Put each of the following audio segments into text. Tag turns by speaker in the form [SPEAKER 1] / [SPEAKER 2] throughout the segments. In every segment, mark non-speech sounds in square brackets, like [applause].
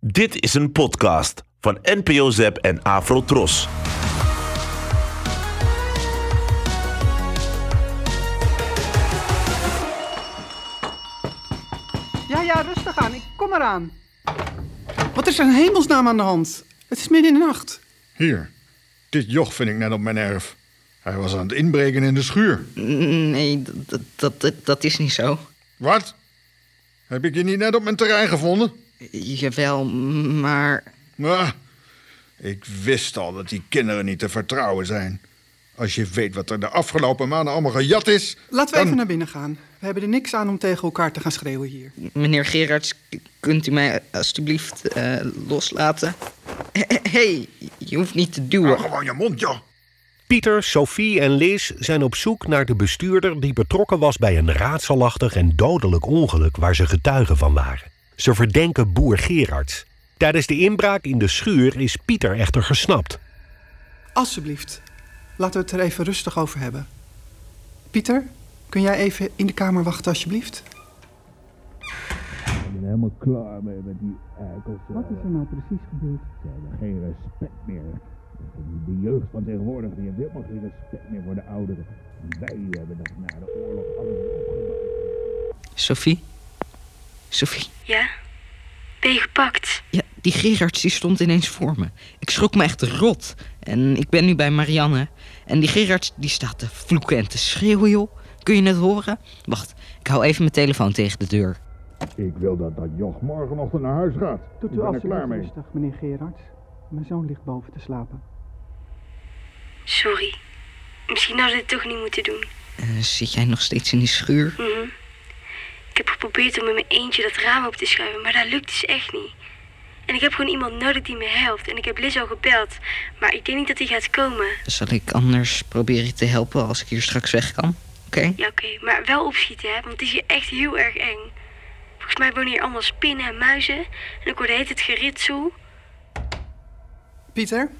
[SPEAKER 1] Dit is een podcast van NPO Zep en Afro Tros.
[SPEAKER 2] Ja, ja, rustig aan. Ik kom eraan. Wat is er in hemelsnaam aan de hand? Het is midden in de nacht.
[SPEAKER 3] Hier, dit joch vind ik net op mijn erf. Hij was aan het inbreken in de schuur.
[SPEAKER 4] Nee, dat- dat, dat, dat, dat is niet zo.
[SPEAKER 3] Wat? Heb ik je niet net op mijn terrein gevonden?
[SPEAKER 4] Jawel, maar.
[SPEAKER 3] Ah, ik wist al dat die kinderen niet te vertrouwen zijn. Als je weet wat er de afgelopen maanden allemaal gejat is...
[SPEAKER 2] Laten we
[SPEAKER 3] dan-
[SPEAKER 2] even naar binnen gaan. We hebben er niks aan om tegen elkaar te gaan schreeuwen hier.
[SPEAKER 4] Meneer Gerards, k- kunt u mij alstublieft eh, loslaten? Hé, hey, je hoeft niet te
[SPEAKER 3] Hou
[SPEAKER 4] duwen.
[SPEAKER 3] gewoon je mond, joh.
[SPEAKER 5] Pieter, Sophie en Liz zijn op zoek naar de bestuurder die betrokken was bij een raadselachtig en dodelijk ongeluk waar ze getuigen van waren. Ze verdenken boer Gerards. Tijdens de inbraak in de schuur is Pieter echter gesnapt.
[SPEAKER 2] Alsjeblieft, laten we het er even rustig over hebben. Pieter, kun jij even in de kamer wachten, alsjeblieft?
[SPEAKER 6] Ik ben helemaal klaar mee met die eikels. Wat is er
[SPEAKER 2] nou precies gebeurd?
[SPEAKER 6] Ze hebben geen respect meer. De jeugd van tegenwoordig die heeft helemaal geen respect meer voor de ouderen. Wij hebben dat na de oorlog alles opgebouwd.
[SPEAKER 4] Sophie? Sophie?
[SPEAKER 7] Ja? Ben je gepakt?
[SPEAKER 4] Ja, die Gerards die stond ineens voor me. Ik schrok me echt rot. En ik ben nu bij Marianne. En die Gerards die staat te vloeken en te schreeuwen, joh. Kun je het horen? Wacht, ik hou even mijn telefoon tegen de deur.
[SPEAKER 3] Ik wil dat dat joch morgenochtend naar huis gaat. ik ben er klaar mee.
[SPEAKER 2] meneer Gerards. Mijn zoon ligt boven te slapen.
[SPEAKER 7] Sorry. Misschien hadden we dit toch niet moeten doen.
[SPEAKER 4] Eh, zit jij nog steeds in die schuur?
[SPEAKER 7] Ik heb geprobeerd om in mijn eentje dat raam op te schuiven, maar dat lukt dus echt niet. En ik heb gewoon iemand nodig die me helpt. En ik heb Liz al gebeld, maar ik denk niet dat hij gaat komen.
[SPEAKER 4] Zal ik anders proberen je te helpen als ik hier straks weg kan? Oké?
[SPEAKER 7] Ja, oké, maar wel opschieten, hè, want het is hier echt heel erg eng. Volgens mij wonen hier allemaal spinnen en muizen. En ik hoorde heet het geritsel.
[SPEAKER 2] Pieter?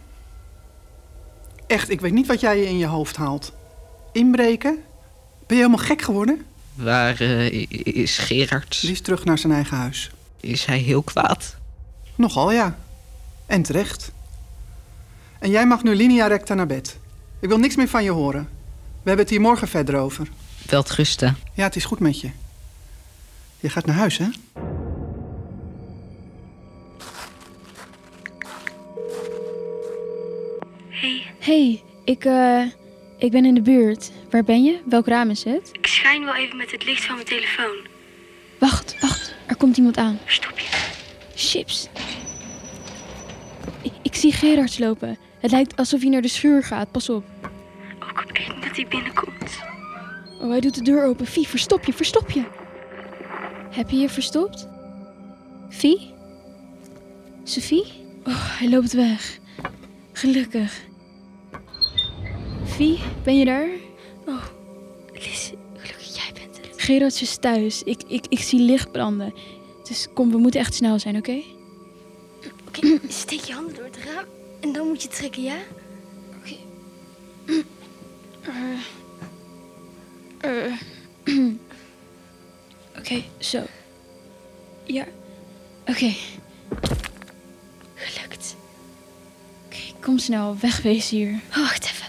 [SPEAKER 2] Echt, ik weet niet wat jij je in je hoofd haalt. Inbreken? Ben je helemaal gek geworden?
[SPEAKER 4] Waar eh, i- i- is Gerard?
[SPEAKER 2] Die is terug naar zijn eigen huis.
[SPEAKER 4] Is hij heel kwaad?
[SPEAKER 2] Nogal ja. En terecht. En jij mag nu linea recta naar bed. Ik wil niks meer van je horen. We hebben het hier morgen verder over.
[SPEAKER 4] Welterusten.
[SPEAKER 2] Ja, het is goed met je. Je gaat naar huis, hè?
[SPEAKER 7] hey,
[SPEAKER 8] Hey, ik, eh, ik ben in de buurt. Waar ben je? Welk raam is het?
[SPEAKER 7] ik schijn wel even met het licht van mijn telefoon.
[SPEAKER 8] Wacht, wacht. Er komt iemand aan.
[SPEAKER 7] Stop je.
[SPEAKER 8] Chips. Ik, ik zie Gerards lopen. Het lijkt alsof hij naar de schuur gaat. Pas op.
[SPEAKER 7] Oh, ik hoop echt niet dat hij binnenkomt.
[SPEAKER 8] Oh, hij doet de deur open. Vie, verstop je, verstop je. Heb je je verstopt? Vie? Sophie? Oh, hij loopt weg. Gelukkig. Vie, ben je daar? Oh,
[SPEAKER 7] Liz, gelukkig jij bent het.
[SPEAKER 8] Gerard is thuis. Ik, ik, ik zie licht branden. Dus kom, we moeten echt snel zijn, oké?
[SPEAKER 7] Oké, steek je handen door het raam en dan moet je trekken, ja?
[SPEAKER 8] Eh, [clears throat] oké, zo. Ja. Oké.
[SPEAKER 7] Gelukt.
[SPEAKER 8] Oké, kom snel. Wegwezen hier.
[SPEAKER 7] Oh, wacht even.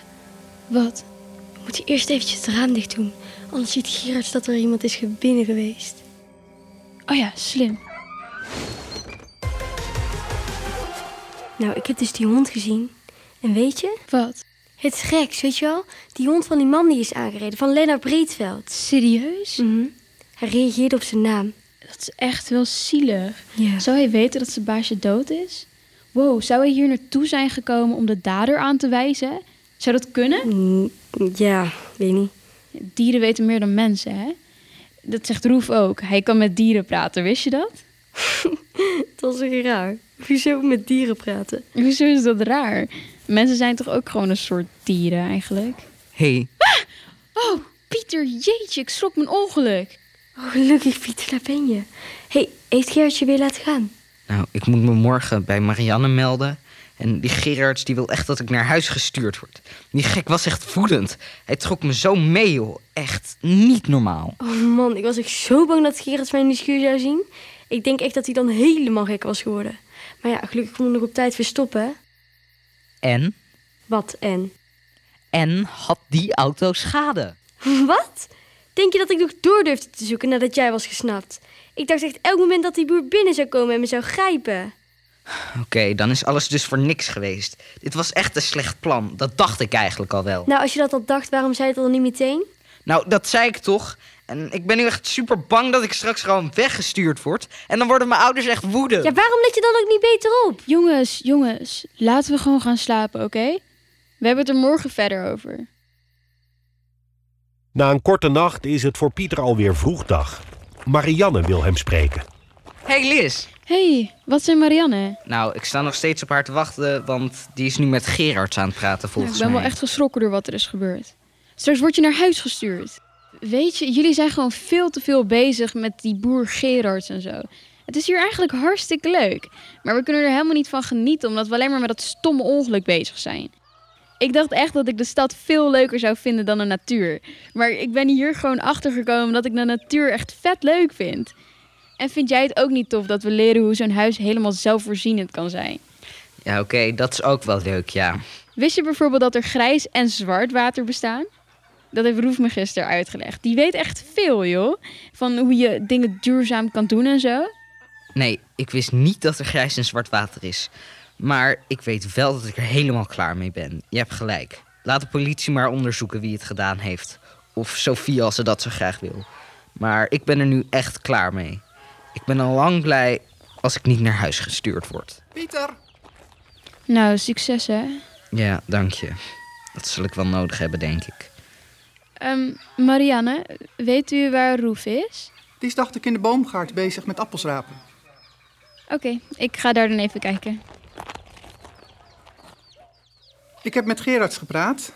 [SPEAKER 8] Wat?
[SPEAKER 7] We moeten eerst eventjes het raam dicht doen. Anders ziet Gerard dat er iemand is ge- binnen geweest.
[SPEAKER 8] Oh ja, slim.
[SPEAKER 7] Nou, ik heb dus die hond gezien. En weet je?
[SPEAKER 8] Wat?
[SPEAKER 7] Het is geks, weet je wel? Die hond van die man die is aangereden, van Lennart Breedveld.
[SPEAKER 8] Serieus?
[SPEAKER 7] Mhm. Hij reageerde op zijn naam.
[SPEAKER 8] Dat is echt wel zielig.
[SPEAKER 7] Ja.
[SPEAKER 8] Zou hij weten dat zijn baasje dood is? Wow, zou hij hier naartoe zijn gekomen om de dader aan te wijzen? Zou dat kunnen?
[SPEAKER 7] Mm, Ja, weet niet. [laughs]
[SPEAKER 8] Dieren weten meer dan mensen, hè? Dat zegt Roef ook. Hij kan met dieren praten, wist je dat?
[SPEAKER 7] Dat is weer raar. Hoezo met dieren praten?
[SPEAKER 8] Hoezo is dat raar? Mensen zijn toch ook gewoon een soort dieren eigenlijk?
[SPEAKER 4] Hé,
[SPEAKER 8] Oh, Pieter, jeetje, ik schrok mijn ongeluk.
[SPEAKER 7] Oh, gelukkig, Pieter, daar ben je. hey, heeft Gerard je weer laten gaan?
[SPEAKER 4] nou, ik moet me morgen bij Marianne melden. En die Gerards die wil echt dat ik naar huis gestuurd word. Die gek was echt woedend. Hij trok me zo mee, joh. Echt niet normaal.
[SPEAKER 7] Oh man, ik was echt zo bang dat Gerard mij in de schuur zou zien. Ik denk echt dat hij dan helemaal gek was geworden. Maar ja, gelukkig kon hij nog op tijd weer stoppen.
[SPEAKER 4] En?
[SPEAKER 7] Wat en? [laughs]
[SPEAKER 4] En had die auto schade?
[SPEAKER 7] Wat? Denk je dat ik nog door durfde te zoeken nadat jij was gesnapt? Ik dacht echt elk moment dat die boer binnen zou komen en me zou grijpen.
[SPEAKER 4] Oké, dan is alles dus voor niks geweest. Dit was echt een slecht plan. Dat dacht ik eigenlijk al wel.
[SPEAKER 7] Nou, als je dat al dacht, waarom zei je het dan niet meteen?
[SPEAKER 4] Nou, dat zei ik toch. En ik ben nu echt super bang dat ik straks gewoon weggestuurd word. En dan worden mijn ouders echt woedend.
[SPEAKER 7] Ja, waarom let je dan ook niet beter op?
[SPEAKER 8] Jongens, jongens, laten we gewoon gaan slapen, oké? We hebben het er morgen verder over.
[SPEAKER 5] Na een korte nacht is het voor Pieter alweer vroeg dag. Marianne wil hem spreken.
[SPEAKER 4] Hey Liz.
[SPEAKER 8] hey, wat zijn Marianne?
[SPEAKER 4] Nou, ik sta nog steeds op haar te wachten, want die is nu met Gerards aan het praten
[SPEAKER 8] Nou,
[SPEAKER 4] volgens
[SPEAKER 8] ik ben wel
[SPEAKER 4] mij.
[SPEAKER 8] echt geschrokken door wat er is gebeurd. Straks word je naar huis gestuurd. Weet je, jullie zijn gewoon veel te veel bezig met die boer Gerards en zo. Het is hier eigenlijk hartstikke leuk. Maar we kunnen er helemaal niet van genieten omdat we alleen maar met dat stomme ongeluk bezig zijn. Ik dacht echt dat ik de stad veel leuker zou vinden dan de natuur. Maar ik ben hier gewoon achtergekomen dat ik de natuur echt vet leuk vind. En vind jij het ook niet tof dat we leren hoe zo'n huis helemaal zelfvoorzienend kan zijn?
[SPEAKER 4] Ja, oké, dat is ook wel leuk, ja.
[SPEAKER 8] Wist je bijvoorbeeld dat er grijs en zwart water bestaan? Dat heeft Roef me gisteren uitgelegd. Die weet echt veel, joh. Van hoe je dingen duurzaam kan doen en zo.
[SPEAKER 4] Nee, ik wist niet dat er grijs en zwart water is. Maar ik weet wel dat ik er helemaal klaar mee ben. Je hebt gelijk. Laat de politie maar onderzoeken wie het gedaan heeft. Of Sophie als ze dat zo graag wil. Maar ik ben er nu echt klaar mee. Ik ben al lang blij als ik niet naar huis gestuurd word.
[SPEAKER 2] Pieter,
[SPEAKER 8] Nou, succes, hè.
[SPEAKER 4] Ja, dank je. Dat zal ik wel nodig hebben, denk ik.
[SPEAKER 8] Ehm, Marianne, weet u waar Roef is?
[SPEAKER 2] die is dacht ik in de boomgaard bezig met appelsrapen.
[SPEAKER 8] Oké, ik ga daar dan even kijken.
[SPEAKER 2] Ik heb met Gerards gepraat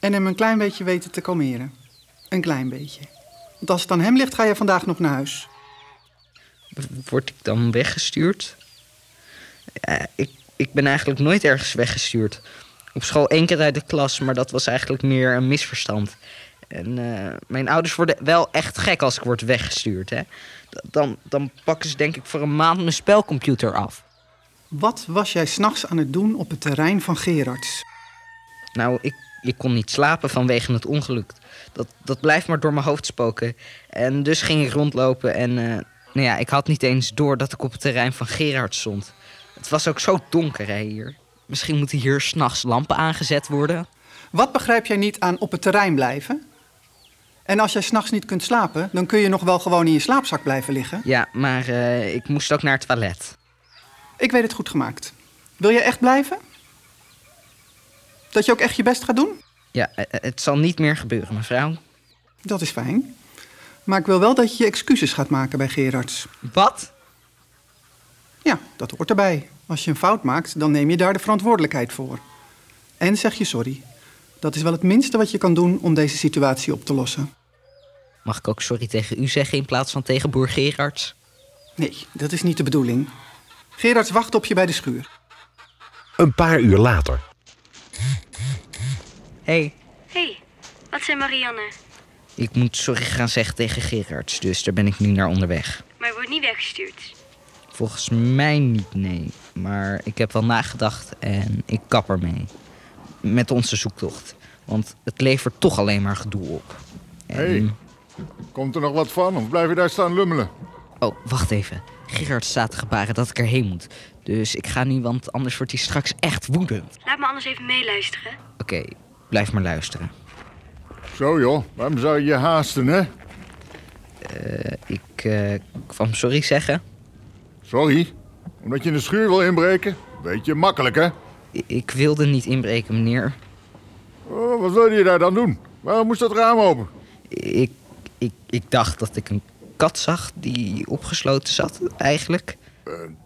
[SPEAKER 2] en hem een klein beetje weten te kalmeren. Een klein beetje. Want als het aan hem ligt, ga je vandaag nog naar huis.
[SPEAKER 4] W- Word ik dan weggestuurd? Ja, ik, ik ben eigenlijk nooit ergens weggestuurd. Op school één keer uit de klas, maar dat was eigenlijk meer een misverstand. En eh, mijn ouders worden wel echt gek als ik word weggestuurd. Hè? D- Dan, dan pakken ze denk ik voor een maand mijn spelcomputer af.
[SPEAKER 2] Wat was jij s'nachts aan het doen op het terrein van Gerards?
[SPEAKER 4] Nou, ik, ik kon niet slapen vanwege het ongeluk. Dat, dat blijft maar door mijn hoofd spoken. En dus ging ik rondlopen en eh, nou ja, ik had niet eens door dat ik op het terrein van Gerard stond. Het was ook zo donker hè, hier. Misschien moeten hier s'nachts lampen aangezet worden.
[SPEAKER 2] Wat begrijp jij niet aan op het terrein blijven? En als jij s'nachts niet kunt slapen, dan kun je nog wel gewoon in je slaapzak blijven liggen.
[SPEAKER 4] Ja, maar eh, ik moest ook naar het toilet.
[SPEAKER 2] Ik weet het goed gemaakt. Wil je echt blijven? Dat je ook echt je best gaat doen?
[SPEAKER 4] Ja, eh, eh, het zal niet meer gebeuren, mevrouw.
[SPEAKER 2] Dat is fijn. Maar ik wil wel dat je je excuses gaat maken bij Gerards.
[SPEAKER 4] Wat?
[SPEAKER 2] Ja, dat hoort erbij. Als je een fout maakt, dan neem je daar de verantwoordelijkheid voor. En zeg je sorry. Dat is wel het minste wat je kan doen om deze situatie op te lossen.
[SPEAKER 4] Mag ik ook sorry tegen u zeggen in plaats van tegen boer Gerards?
[SPEAKER 2] Nee, dat is niet de bedoeling. Gerards wacht op je bij de schuur.
[SPEAKER 5] Een paar uur later.
[SPEAKER 4] Hé, hey,
[SPEAKER 7] Hé, hey, wat zijn Marianne?
[SPEAKER 4] ik moet sorry gaan zeggen tegen Gerards, dus daar ben ik nu naar onderweg.
[SPEAKER 7] Maar je wordt niet weggestuurd.
[SPEAKER 4] Volgens mij niet, nee. Maar ik heb wel nagedacht en ik kap ermee. Met onze zoektocht. Want het levert toch alleen maar gedoe op. En-
[SPEAKER 9] Hey. Komt er nog wat van of blijf je daar staan lummelen?
[SPEAKER 4] Oh, wacht even. Gerard staat te gebaren dat ik erheen moet. Dus ik ga nu, want anders wordt hij straks echt woedend.
[SPEAKER 7] Laat me anders even meeluisteren.
[SPEAKER 4] Oké, blijf maar luisteren.
[SPEAKER 9] Zo joh, waarom zou je je haasten, hè?
[SPEAKER 4] Ik eh, kwam sorry zeggen.
[SPEAKER 9] Sorry, omdat je in de schuur wil inbreken? Beetje makkelijk, hè?
[SPEAKER 4] I- ik wilde niet inbreken, meneer.
[SPEAKER 9] Oh, wat wilde je daar dan doen? Waarom moest dat raam open?
[SPEAKER 4] Ik, ik, ik dacht dat ik een kat zag die opgesloten zat, eigenlijk.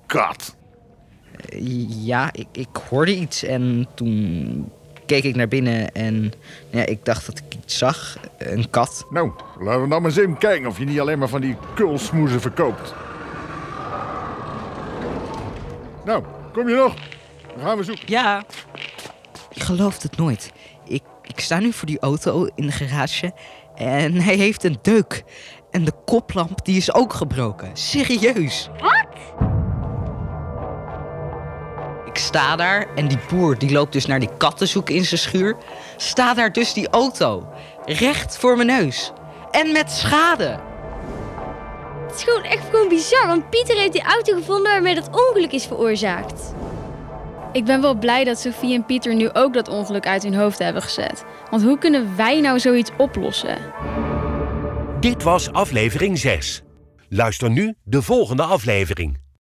[SPEAKER 9] Kat.
[SPEAKER 4] Ja, ik, ik hoorde iets en toen keek ik naar binnen en nou ja, ik dacht dat ik iets zag. Een kat.
[SPEAKER 9] Nou, laten we dan maar eens even kijken of je niet alleen maar van die kulsmoezen verkoopt. Nou, kom je nog? Dan gaan we zoeken.
[SPEAKER 4] Ja. Je gelooft het nooit. Ik, ik sta nu voor die auto in de garage en hij heeft een deuk. En de koplamp die is ook gebroken. Serieus.
[SPEAKER 10] Wat?
[SPEAKER 4] Ik sta daar en die boer die loopt dus naar die kat te zoeken in zijn schuur. Staat daar dus die auto. Recht voor mijn neus. En met schade.
[SPEAKER 7] Het is gewoon echt gewoon bizar, want Pieter heeft die auto gevonden waarmee dat ongeluk is veroorzaakt.
[SPEAKER 8] Ik ben wel blij dat Sophie en Pieter nu ook dat ongeluk uit hun hoofd hebben gezet. Want hoe kunnen wij nou zoiets oplossen?
[SPEAKER 5] Dit was aflevering 6. Luister nu de volgende aflevering.